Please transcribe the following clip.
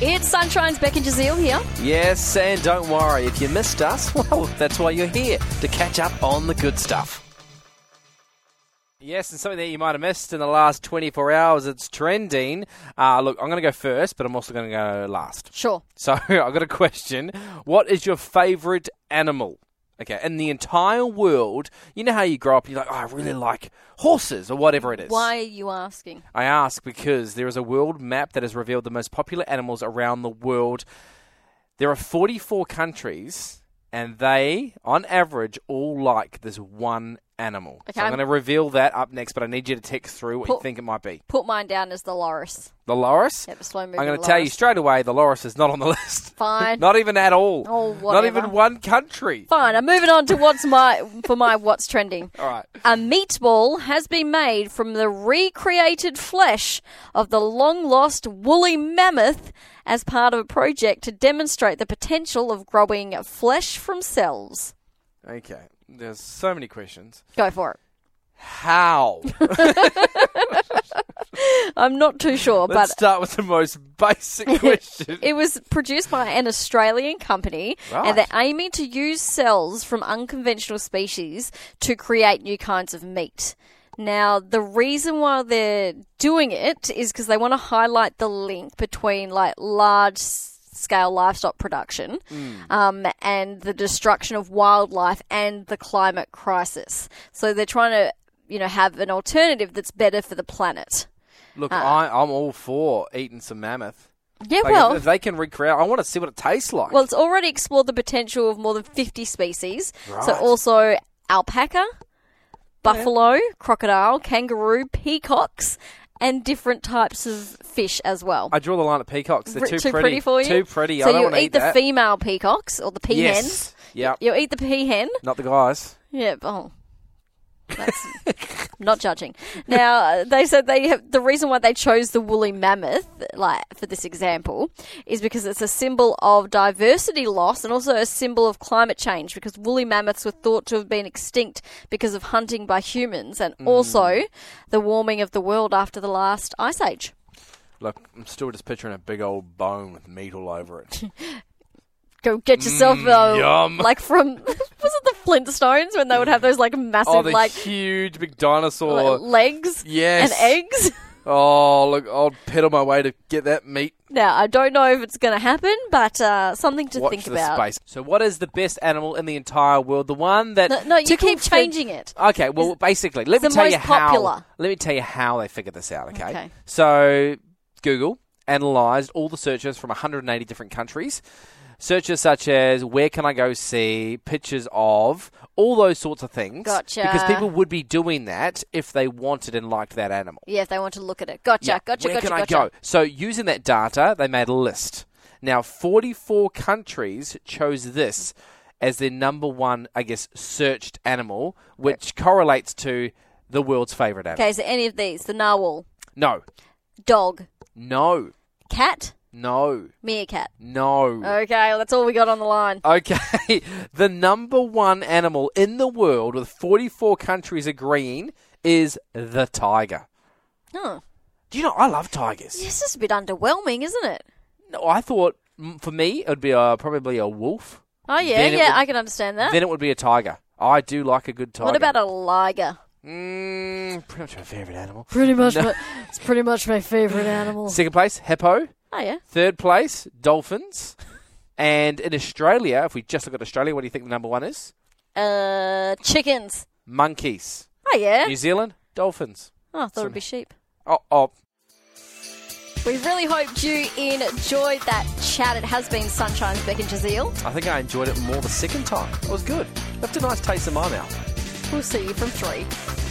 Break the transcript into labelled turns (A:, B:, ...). A: It's Sunshine's Becky Jazeel here.
B: Yes, and don't worry, if you missed us, well, that's why you're here, to catch up on the good stuff. Yes, and something that you might have missed in the last 24 hours, it's trending. Uh, look, I'm going to go first, but I'm also going to go last.
A: Sure.
B: So I've got a question. What is your favourite animal? Okay, in the entire world, you know how you grow up and you're like, oh, I really like horses or whatever it is.
A: Why are you asking?
B: I ask because there is a world map that has revealed the most popular animals around the world. There are 44 countries, and they, on average, all like this one animal.
A: Okay,
B: so I'm
A: I'm-
B: going to reveal that up next, but I need you to text through what you
A: Put-
B: think it might be.
A: Put mine down as the loris.
B: The loris?
A: Yep, slow moving.
B: I'm going to tell you
A: loris.
B: straight away the loris is not on the list.
A: Fine.
B: not even at all.
A: Oh,
B: not
A: whatever.
B: even one country.
A: Fine. I'm moving on to what's my for my what's trending.
B: All right.
A: A meatball has been made from the recreated flesh of the long lost woolly mammoth as part of a project to demonstrate the potential of growing flesh from cells.
B: Okay. There's so many questions.
A: Go for it.
B: How?
A: I'm not too sure,
B: Let's
A: but
B: start with the most basic question.
A: It was produced by an Australian company,
B: Right.
A: and they're aiming to use cells from unconventional species to create new kinds of meat. Now, the reason why they're doing it is because they want to highlight the link between like large scale livestock production um, and the destruction of wildlife and the climate crisis. So they're trying to, you know, have an alternative that's better for the planet.
B: Look, I, I'm all for eating some mammoth.
A: Yeah,
B: Like, if-
A: Ah. well,
B: if they can recreate, I want to see what it tastes like.
A: Well, it's already explored the potential of more than 50 species. So
B: Right.
A: also alpaca, buffalo, crocodile, kangaroo, peacocks, and different types of fish as well.
B: I draw the line at peacocks. They're
A: R-
B: too,
A: too
B: pretty.
A: for you.
B: Too pretty.
A: So
B: I don't
A: you'll
B: want to
A: eat,
B: eat,
A: the
B: that.
A: female peacocks or the peahens.
B: Yes. Yeah.
A: You'll eat the peahen.
B: Not the guys.
A: Yeah, oh. That's not judging. Now, they said they have the reason why they chose the woolly mammoth, like for this example, is because it's a symbol of diversity loss and also a symbol of climate change because woolly mammoths were thought to have been extinct because of hunting by humans and
B: Mm.
A: also the warming of the world after the last ice age.
B: Look, I'm still just picturing a big old bone with meat all over it. Mm,
A: Go get yourself a,
B: yum.
A: like from was it the Flintstones when they would have those like massive
B: oh, the
A: like
B: huge big dinosaur.
A: legs
B: Yes.
A: and eggs.
B: Oh, look, I'll pedal my way to get that meat.
A: Now, I don't know if it's going to happen, but uh, something to
B: Watch
A: think
B: the
A: about.
B: space. So, what is the best animal in the entire world? The one that
A: No, no, you keep
B: tickles the-
A: changing it.
B: Okay, well, basically, let me
A: the
B: tell
A: most
B: you how.
A: popular.
B: Let me tell you how they figured this out. Okay,
A: Okay.
B: so Google analyzed all the searches from 180 different countries. Searches such as where can I go see pictures of all those sorts of things.
A: Gotcha.
B: Because people would be doing that if they wanted and liked that animal.
A: Yeah, if they want to look at it. Gotcha, gotcha,
B: Where
A: gotcha,
B: can
A: gotcha.
B: I go? So using that data, they made a list. Now, 44 countries chose this as their number one, I guess, searched animal, which correlates to the world's favorite animal.
A: Okay, so any of these the narwhal,
B: No,
A: dog,
B: no,
A: cat,
B: no,
A: meerkat.
B: no.
A: Okay, well, that's all we got on the line.
B: Okay, the number one animal in the world with 44 countries agreeing is the tiger.
A: Huh.
B: Do you know, I love tigers.
A: This is a bit underwhelming, isn't it?
B: No, I thought, mm, for me, it would be uh probably a wolf.
A: Oh, yeah,
B: Then it
A: yeah,
B: would-
A: I can understand that.
B: Then it would be a tiger. I do like a good tiger.
A: What about a liger?
B: Mm, pretty much my favourite animal.
A: Pretty much, my, it's pretty much my favorite animal.
B: Second place, hippo.
A: Oh yeah,
B: Third place, dolphins. And in Australia, if we just look at Australia, what do you think the number one is?
A: uh, chickens.
B: Monkeys.
A: Oh yeah.
B: New Zealand, dolphins.
A: Oh, I thought it'd be sheep.
B: Oh, oh.
A: We really hoped you enjoyed that chat. It has been Sunshine's Beck and Jazeel.
B: I think I enjoyed it more the second time. It was good. Left a nice taste in my mouth.
A: We'll see you from three.